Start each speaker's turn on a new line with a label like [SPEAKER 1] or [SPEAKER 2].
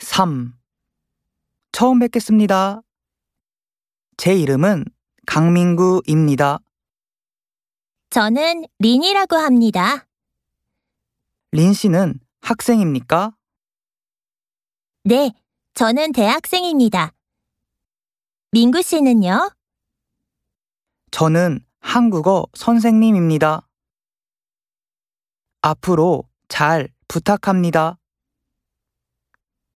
[SPEAKER 1] 3. 처음 뵙겠습니다. 제 이름은 강민구입니다.
[SPEAKER 2] 저는 린이라고 합니다.
[SPEAKER 1] 린 씨는 학생입니까?
[SPEAKER 2] 네, 저는 대학생입니다. 민구 씨는요?
[SPEAKER 1] 저는 한국어 선생님입니다. 앞으로 잘 부탁합니다.